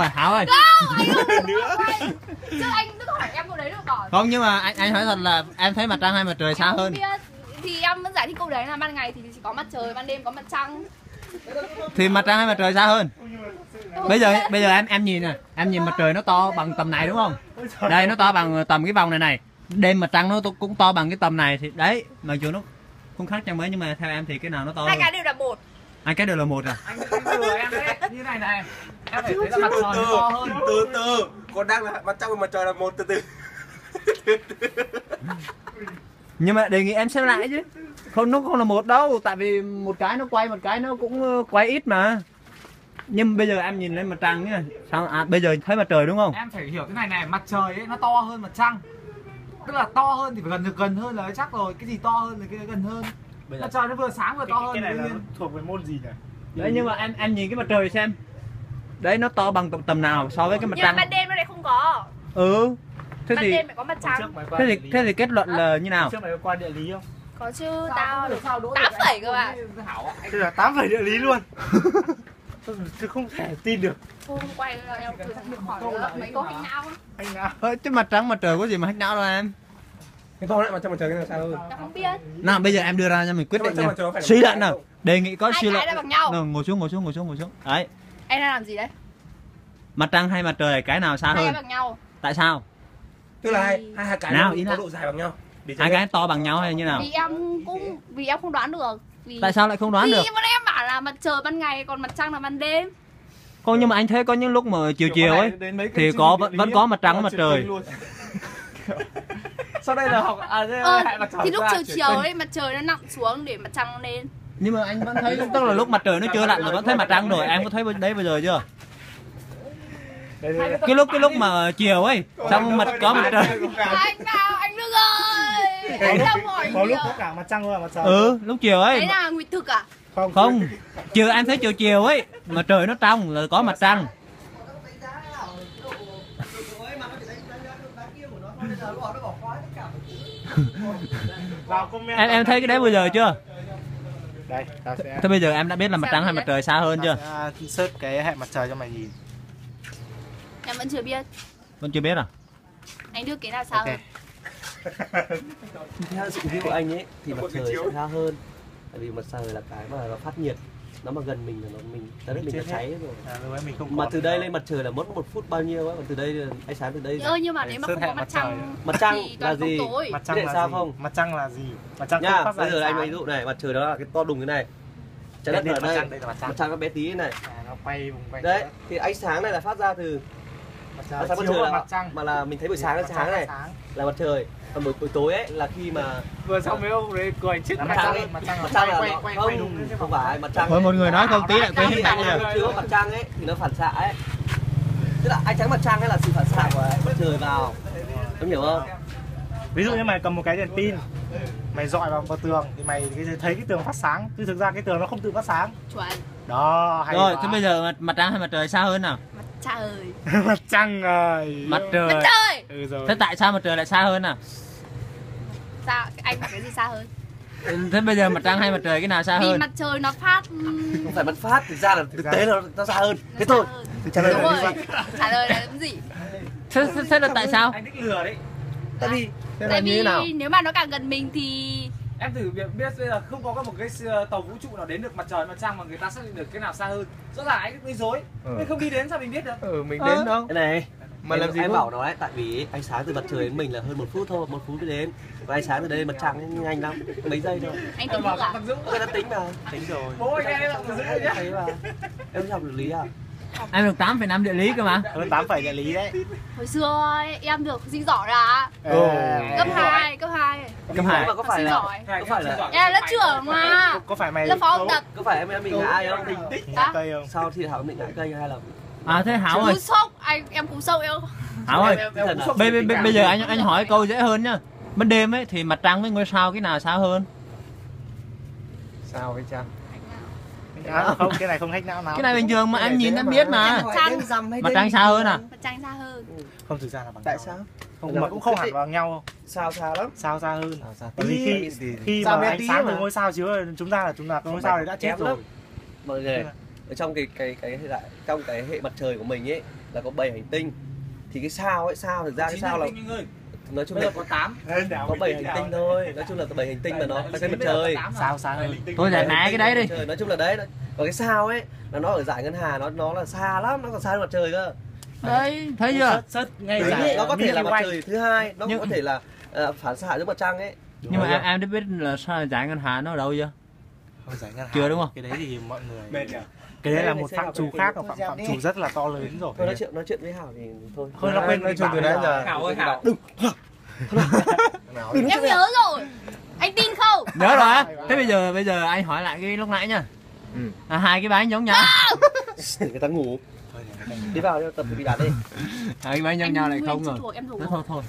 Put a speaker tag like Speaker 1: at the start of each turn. Speaker 1: rồi Thảo ơi
Speaker 2: nữa
Speaker 3: chứ anh cứ hỏi em câu đấy được bỏ
Speaker 1: không nhưng mà anh anh nói thật là em thấy mặt trăng hay mặt trời xa hơn
Speaker 3: thì em vẫn giải thích câu đấy là ban ngày thì chỉ có mặt trời ban đêm có mặt trăng
Speaker 1: thì mặt trăng hay mặt trời xa hơn
Speaker 3: Tôi
Speaker 1: bây giờ
Speaker 3: không biết.
Speaker 1: bây giờ em em nhìn nè em nhìn mặt trời nó to bằng tầm này đúng không đây nó to bằng tầm cái vòng này này đêm mặt trăng nó to- cũng to bằng cái tầm này thì đấy mặc dù nó không khác nhau mấy nhưng mà theo em thì cái nào nó to
Speaker 3: hai
Speaker 1: hơn
Speaker 3: cái đều là một
Speaker 1: anh cái đều là một à
Speaker 4: anh anh lừa em đấy như này này em phải thấy là mặt tròn nó to hơn
Speaker 2: từ từ còn đang là mặt trăng và mặt trời là một từ từ
Speaker 1: nhưng mà đề nghị em xem lại chứ không nó không là một đâu tại vì một cái nó quay một cái nó cũng ờ, quay ít mà nhưng bây giờ em nhìn lên mặt trăng nhá sao à, bây giờ thấy mặt trời đúng không
Speaker 4: em phải hiểu cái này này mặt trời ấy nó to hơn mặt trăng tức là to hơn thì phải gần được gần hơn là chắc rồi cái gì to hơn thì cái đấy gần hơn
Speaker 1: Bây giờ-
Speaker 4: mặt trời nó vừa sáng vừa to hơn
Speaker 5: cái này
Speaker 4: đương
Speaker 5: là
Speaker 4: nhiên.
Speaker 5: thuộc về môn gì nhỉ?
Speaker 1: đấy nhưng mà em em nhìn cái mặt trời xem đấy nó to bằng tầm, tầm nào so với cái mặt
Speaker 3: nhưng mà
Speaker 1: trăng
Speaker 3: ban đêm nó lại không có
Speaker 1: ừ thế
Speaker 3: ban
Speaker 1: thì
Speaker 3: đêm lại có Dạ, mặt trăng
Speaker 5: mày
Speaker 1: thế thì thế thì kết luận là như nào
Speaker 5: trước mày qua địa lý không?
Speaker 3: có chứ
Speaker 4: Sao
Speaker 3: tao
Speaker 4: cũng được,
Speaker 3: được
Speaker 4: sao đỗ
Speaker 3: tám
Speaker 4: được, anh
Speaker 3: phẩy cơ bạn.
Speaker 4: cũng như Hảo à. ạ.
Speaker 5: Thế là tám phải địa lý luôn. Chứ không thể tin được.
Speaker 3: thôi không quay nữa em cứ hỏi
Speaker 4: Câu
Speaker 3: nữa,
Speaker 4: lại
Speaker 3: mấy
Speaker 4: mà.
Speaker 3: câu hành não
Speaker 5: Anh đã
Speaker 1: Ờ, chứ mặt trắng mặt trời có gì mà hack não đâu em
Speaker 2: cái to lại mặt trăng mặt trời cái nào sao hơn
Speaker 3: em không biết
Speaker 1: nào bây giờ em đưa ra cho mình quyết
Speaker 2: Thế mặt
Speaker 1: định
Speaker 2: trăng
Speaker 1: nha
Speaker 2: mặt trời có phải là
Speaker 1: suy
Speaker 2: một
Speaker 1: luận
Speaker 2: cái
Speaker 1: nào
Speaker 2: không?
Speaker 1: đề nghị có
Speaker 3: Hai
Speaker 1: suy
Speaker 3: cái
Speaker 1: luận
Speaker 3: là bằng nhau.
Speaker 1: Nào, ngồi xuống ngồi xuống ngồi xuống ngồi xuống đấy
Speaker 3: em đang làm gì đấy
Speaker 1: mặt trăng hay mặt trời cái nào xa
Speaker 3: hai cái
Speaker 1: hơn
Speaker 3: bằng nhau
Speaker 1: tại sao
Speaker 2: tức là hai hai cái
Speaker 1: Nào,
Speaker 2: nó
Speaker 1: ý
Speaker 2: có
Speaker 1: là-
Speaker 2: độ dài bằng nhau để cho
Speaker 1: hai
Speaker 2: biết.
Speaker 1: cái to bằng nhau hay như nào
Speaker 3: vì em cũng vì em không đoán được vì
Speaker 1: tại sao lại không đoán
Speaker 3: vì
Speaker 1: được
Speaker 3: bọn em bảo là mặt trời ban ngày còn mặt trăng là ban đêm
Speaker 1: con nhưng mà anh thấy có những lúc mà chiều
Speaker 5: Kiểu
Speaker 1: chiều
Speaker 5: con
Speaker 1: ấy
Speaker 5: này đến mấy cái
Speaker 1: thì
Speaker 5: chương
Speaker 1: có
Speaker 5: trình
Speaker 1: vẫn
Speaker 5: địa
Speaker 1: vẫn
Speaker 5: lý
Speaker 1: có
Speaker 5: ấy,
Speaker 1: mặt trắng
Speaker 5: nó
Speaker 1: mặt
Speaker 5: chuyển
Speaker 1: trời
Speaker 5: kênh luôn. Sau đây là học à đây
Speaker 3: ờ,
Speaker 5: là hẹn mặt trời
Speaker 3: thì lúc
Speaker 5: ra,
Speaker 3: chiều
Speaker 5: chuyển
Speaker 3: chiều
Speaker 5: kênh.
Speaker 3: ấy mặt trời nó nặng xuống để mặt trăng nó lên
Speaker 1: nhưng mà anh vẫn thấy tức là lúc mặt trời nó chưa lặn là vẫn thấy mặt trăng rồi em có thấy bên- đấy bây giờ chưa
Speaker 5: Đây, đây, đây.
Speaker 1: cái lúc cái lúc mà chiều ấy xong mặt có mặt trời
Speaker 3: anh nào anh đức ơi
Speaker 5: Có
Speaker 3: anh
Speaker 5: lúc-
Speaker 3: đang hỏi
Speaker 5: có
Speaker 3: nhiều
Speaker 5: lúc có cả mặt trăng luôn là mặt trời.
Speaker 1: ừ lúc chiều ấy
Speaker 3: đấy là nguyệt thực à
Speaker 5: Không.
Speaker 1: không chiều em thấy chiều chiều ấy mà trời nó trong là có mặt trăng
Speaker 5: Vào comment.
Speaker 1: em em thấy cái đấy bây giờ chưa
Speaker 5: Đây, tao sẽ
Speaker 1: thế bây giờ em đã biết là mặt trăng hay mặt trời xa hơn chưa
Speaker 5: tao sẽ search cái hẹn mặt trời cho mày nhìn.
Speaker 3: em vẫn chưa biết
Speaker 1: vẫn chưa biết à
Speaker 3: anh đức cái nào sao
Speaker 5: Ok.
Speaker 3: rồi
Speaker 6: theo sự view của anh ấy thì mặt trời sẽ xa hơn tại vì mặt trời là cái mà nó phát nhiệt nó mà gần mình là nó mình tới đấy mình
Speaker 5: Chết
Speaker 6: đã
Speaker 5: hết.
Speaker 6: cháy rồi
Speaker 5: À, lúc ấy mình không
Speaker 6: mà
Speaker 5: có
Speaker 6: từ
Speaker 5: cái
Speaker 6: đây
Speaker 5: đó.
Speaker 6: lên mặt trời là mất một phút bao nhiêu ấy còn từ đây là ánh sáng từ đây
Speaker 3: ơ nhưng mà
Speaker 5: Đấy,
Speaker 3: nếu mà
Speaker 5: sức
Speaker 3: không
Speaker 5: hẹn
Speaker 3: có mặt
Speaker 5: mặt trời
Speaker 3: trăng
Speaker 6: Mặt trăng
Speaker 3: thì
Speaker 6: là
Speaker 3: toàn không
Speaker 6: gì?
Speaker 3: tối
Speaker 5: mặt trăng
Speaker 6: Thế
Speaker 5: là
Speaker 6: sao
Speaker 5: gì?
Speaker 6: không?
Speaker 5: Mặt trăng là gì? Mặt trăng không
Speaker 6: nhá
Speaker 5: phát ra
Speaker 6: bây giờ
Speaker 5: ánh
Speaker 6: anh ví
Speaker 5: sáng.
Speaker 6: dụ này mặt trời đó là cái to đùng cái này trái đất
Speaker 5: Đây, đây là
Speaker 6: ở
Speaker 5: mặt
Speaker 6: đây
Speaker 5: trăng, đây là mặt trăng.
Speaker 6: mặt trăng nó bé tí thế này
Speaker 5: À, nó quay vùng quanh trái
Speaker 6: đấy
Speaker 5: đất.
Speaker 6: thì ánh sáng này là phát ra từ
Speaker 5: mặt
Speaker 6: ánh
Speaker 5: trời
Speaker 6: sáng mặt
Speaker 5: chiếu
Speaker 6: trời
Speaker 5: vào
Speaker 6: là
Speaker 5: mặt trăng
Speaker 6: mà là mình thấy buổi sáng là
Speaker 5: Mặt
Speaker 6: sáng
Speaker 5: trăng
Speaker 6: này là mặt trời còn buổi buổi tối ấy là khi mà
Speaker 4: vừa xong mấy ông đấy cười chết
Speaker 5: Là
Speaker 4: mặt
Speaker 5: mặt
Speaker 4: trăng ấy.
Speaker 5: trăng ấy, mặt trăng
Speaker 6: mặt
Speaker 5: là
Speaker 6: trăng
Speaker 4: quay,
Speaker 6: là
Speaker 4: quay,
Speaker 6: nó-
Speaker 4: quay, quay đúng
Speaker 6: không
Speaker 4: thế chứ
Speaker 6: không phải mặt trăng
Speaker 1: thôi
Speaker 6: ấy.
Speaker 1: một người nói không tí lại quên hết
Speaker 6: khi
Speaker 1: bạn
Speaker 6: mà
Speaker 1: rồi
Speaker 6: nó chứa mặt trăng ấy thì nó phản xạ ấy tức là ánh sáng mặt trăng ấy là sự phản xạ của mặt trời vào em hiểu không
Speaker 5: ví dụ như mày cầm một cái đèn pin mày dọi vào một tường thì mày cái- thấy cái tường phát sáng chứ thực ra cái tường nó không tự phát sáng
Speaker 3: chuẩn
Speaker 5: đó hay
Speaker 1: rồi
Speaker 5: quá.
Speaker 1: thế bây giờ mặt, mặt trăng hay mặt trời xa hơn nào
Speaker 3: mặt trời
Speaker 5: mặt trăng rồi
Speaker 1: mặt trời
Speaker 3: mặt trời
Speaker 5: ừ rồi
Speaker 1: thế tại sao mặt trời lại xa hơn nào
Speaker 3: sao anh bảo cái gì xa hơn
Speaker 1: thế bây giờ mặt trăng hay mặt trời cái nào xa
Speaker 3: vì
Speaker 1: hơn
Speaker 3: mặt trời nó phát ừm,
Speaker 6: không phải bắn phát thực ra là thực tế là nó xa hơn
Speaker 3: nó
Speaker 6: thế
Speaker 3: xa
Speaker 6: thôi
Speaker 3: hơn.
Speaker 5: trả lời
Speaker 3: đúng
Speaker 5: là đi
Speaker 3: rồi trả lời là cái gì
Speaker 1: thế, thế, thế là tại sao
Speaker 4: anh thích lừa đấy
Speaker 3: tại vì tại vì nếu mà nó càng gần mình thì
Speaker 4: em thử biết biết bây giờ không có một cái s- tàu vũ trụ nào đến được mặt trời mặt trăng mà người ta xác định được cái nào xa hơn rõ ràng anh gây dối
Speaker 6: Ừ.
Speaker 4: mình không đi đến sao mình biết được
Speaker 2: ừ mình
Speaker 1: Ờ.
Speaker 2: đến đâu
Speaker 6: cái này
Speaker 2: Mà
Speaker 6: em,
Speaker 2: làm gì
Speaker 6: em
Speaker 2: không?
Speaker 6: bảo nó đấy tại vì ánh sáng từ mặt trời đến mình là hơn một phút thôi một phút mới đến và ánh sáng từ đây mặt trăng ấy nhanh lắm mấy giây thôi
Speaker 3: anh
Speaker 4: em
Speaker 3: tính
Speaker 4: bảo
Speaker 3: được à
Speaker 4: thằng dũng
Speaker 6: người ta tính mà
Speaker 5: tính rồi
Speaker 4: bố anh em bảo thằng dũng nhá
Speaker 6: Thấy mà. em học được lý à
Speaker 1: em được 8,5 địa lý cơ mà
Speaker 5: hơn tám phải địa lý đấy
Speaker 3: hồi xưa ấy, em được à? sinh giỏi là
Speaker 1: Ồ.
Speaker 5: Ê,
Speaker 3: cấp
Speaker 4: Sinh giỏi.
Speaker 3: 2, cấp 2
Speaker 1: cấp hai
Speaker 6: mà có phải
Speaker 3: Học sinh
Speaker 6: là
Speaker 3: giỏi.
Speaker 6: có phải là
Speaker 3: em là lớp trưởng mà
Speaker 5: có phải mày
Speaker 3: à. lớp phó học
Speaker 5: cấu-
Speaker 3: tập
Speaker 6: có phải em em bị ngã ai không
Speaker 5: ngã cây không
Speaker 6: sau thi thảo định ngã cây hay là
Speaker 1: à thế hảo ơi
Speaker 3: cú sốc anh em cú sốc em
Speaker 1: hảo ơi
Speaker 4: Em- em cũng sốc
Speaker 1: bây
Speaker 4: về
Speaker 1: bây,
Speaker 4: tình
Speaker 1: bây,
Speaker 4: cảm.
Speaker 1: bây giờ anh anh hỏi câu dễ hơn nhá ban đêm ấy thì mặt trăng với ngôi sao cái nào xa hơn
Speaker 2: sao với trăng
Speaker 5: à, không cái này không hack não nào
Speaker 1: cái này bình thường mà
Speaker 2: Cái này
Speaker 1: em nhìn
Speaker 2: dễ
Speaker 1: em
Speaker 2: mà.
Speaker 1: biết mà
Speaker 3: trăng
Speaker 1: mặt trăng xa hơn à
Speaker 3: mặt trăng xa hơn
Speaker 5: không thực ra là bằng
Speaker 2: tại
Speaker 5: nhau.
Speaker 2: sao
Speaker 5: không mà cũng không hẳn bằng nhau
Speaker 2: sao sao lắm
Speaker 5: sao xa hơn
Speaker 2: sao sao
Speaker 5: Bởi vì khi khi
Speaker 2: Sao
Speaker 5: mà
Speaker 2: bé
Speaker 5: ánh
Speaker 2: tí
Speaker 5: sáng
Speaker 2: mà.
Speaker 5: từ ngôi sao chiếu vào chúng ta là chúng ta cái ngôi sao này đã chết
Speaker 6: Kém
Speaker 5: rồi
Speaker 6: lắm. mọi người ở trong cái cái cái hệ đại trong cái hệ mặt trời của mình ấy là có 7 hành tinh thì cái sao ấy sao thực ra cái
Speaker 4: Chín
Speaker 6: sao
Speaker 4: hành
Speaker 6: là
Speaker 4: tinh anh ơi
Speaker 6: nói chung
Speaker 4: bây giờ
Speaker 6: là
Speaker 4: có tám
Speaker 6: có 7 hành tinh thôi nói chung là 7 hành tinh mà nó là cái mặt trời
Speaker 5: sao xa hơn
Speaker 1: Thôi giải mã cái đấy đi.
Speaker 6: Trời, nói chung là đấy nó- và cái sao ấy là nó ở giải ngân hà nó nó là xa lắm nó còn xa hơn mặt trời cơ
Speaker 1: Đấy, thấy chưa?
Speaker 5: sớt ngay
Speaker 6: đấy,
Speaker 5: giải
Speaker 6: nó có thể là
Speaker 5: Milky
Speaker 6: mặt
Speaker 5: Way.
Speaker 6: trời thứ hai nó cũng
Speaker 1: Nhưng-
Speaker 6: có thể là ờ, phản xạ giữa mặt trăng ấy
Speaker 1: Nhưng mà em em đã biết là sao giải ngân hà nó ở đâu chưa?
Speaker 5: Thôi, giải ngân hà.
Speaker 1: Chưa đúng không?
Speaker 5: cái đấy thì mọi người
Speaker 2: mệt nhỉ
Speaker 5: cái đấy là
Speaker 6: Đấy,
Speaker 5: một
Speaker 6: sẽ
Speaker 5: phạm
Speaker 6: học
Speaker 5: trù
Speaker 6: cái-
Speaker 5: khác phạm phạm trù rất là to lớn rồi
Speaker 6: thôi nói chuyện nói chuyện với hảo thì thôi
Speaker 5: Thôi, nó quên
Speaker 2: nói
Speaker 5: mình
Speaker 2: chuyện
Speaker 5: bảo
Speaker 2: từ
Speaker 5: bây
Speaker 2: nãy
Speaker 5: giờ.
Speaker 2: giờ
Speaker 4: khảo ơi khảo
Speaker 2: nào
Speaker 3: em nhớ rồi anh tin không
Speaker 1: Nhớ rồi á. Thế bây giờ bây giờ anh hỏi lại cái lúc nãy nha.
Speaker 2: Ừ.
Speaker 1: À, hai cái bánh giống nhau.
Speaker 6: người ta ngủ đi vào đi, tập bị đá đi
Speaker 1: Hai cái bánh giống
Speaker 3: anh
Speaker 1: nhau lại
Speaker 3: nguyên
Speaker 1: không
Speaker 3: chị
Speaker 1: rồi.
Speaker 3: thuộc em thuộc
Speaker 1: Thôi thôi thôi.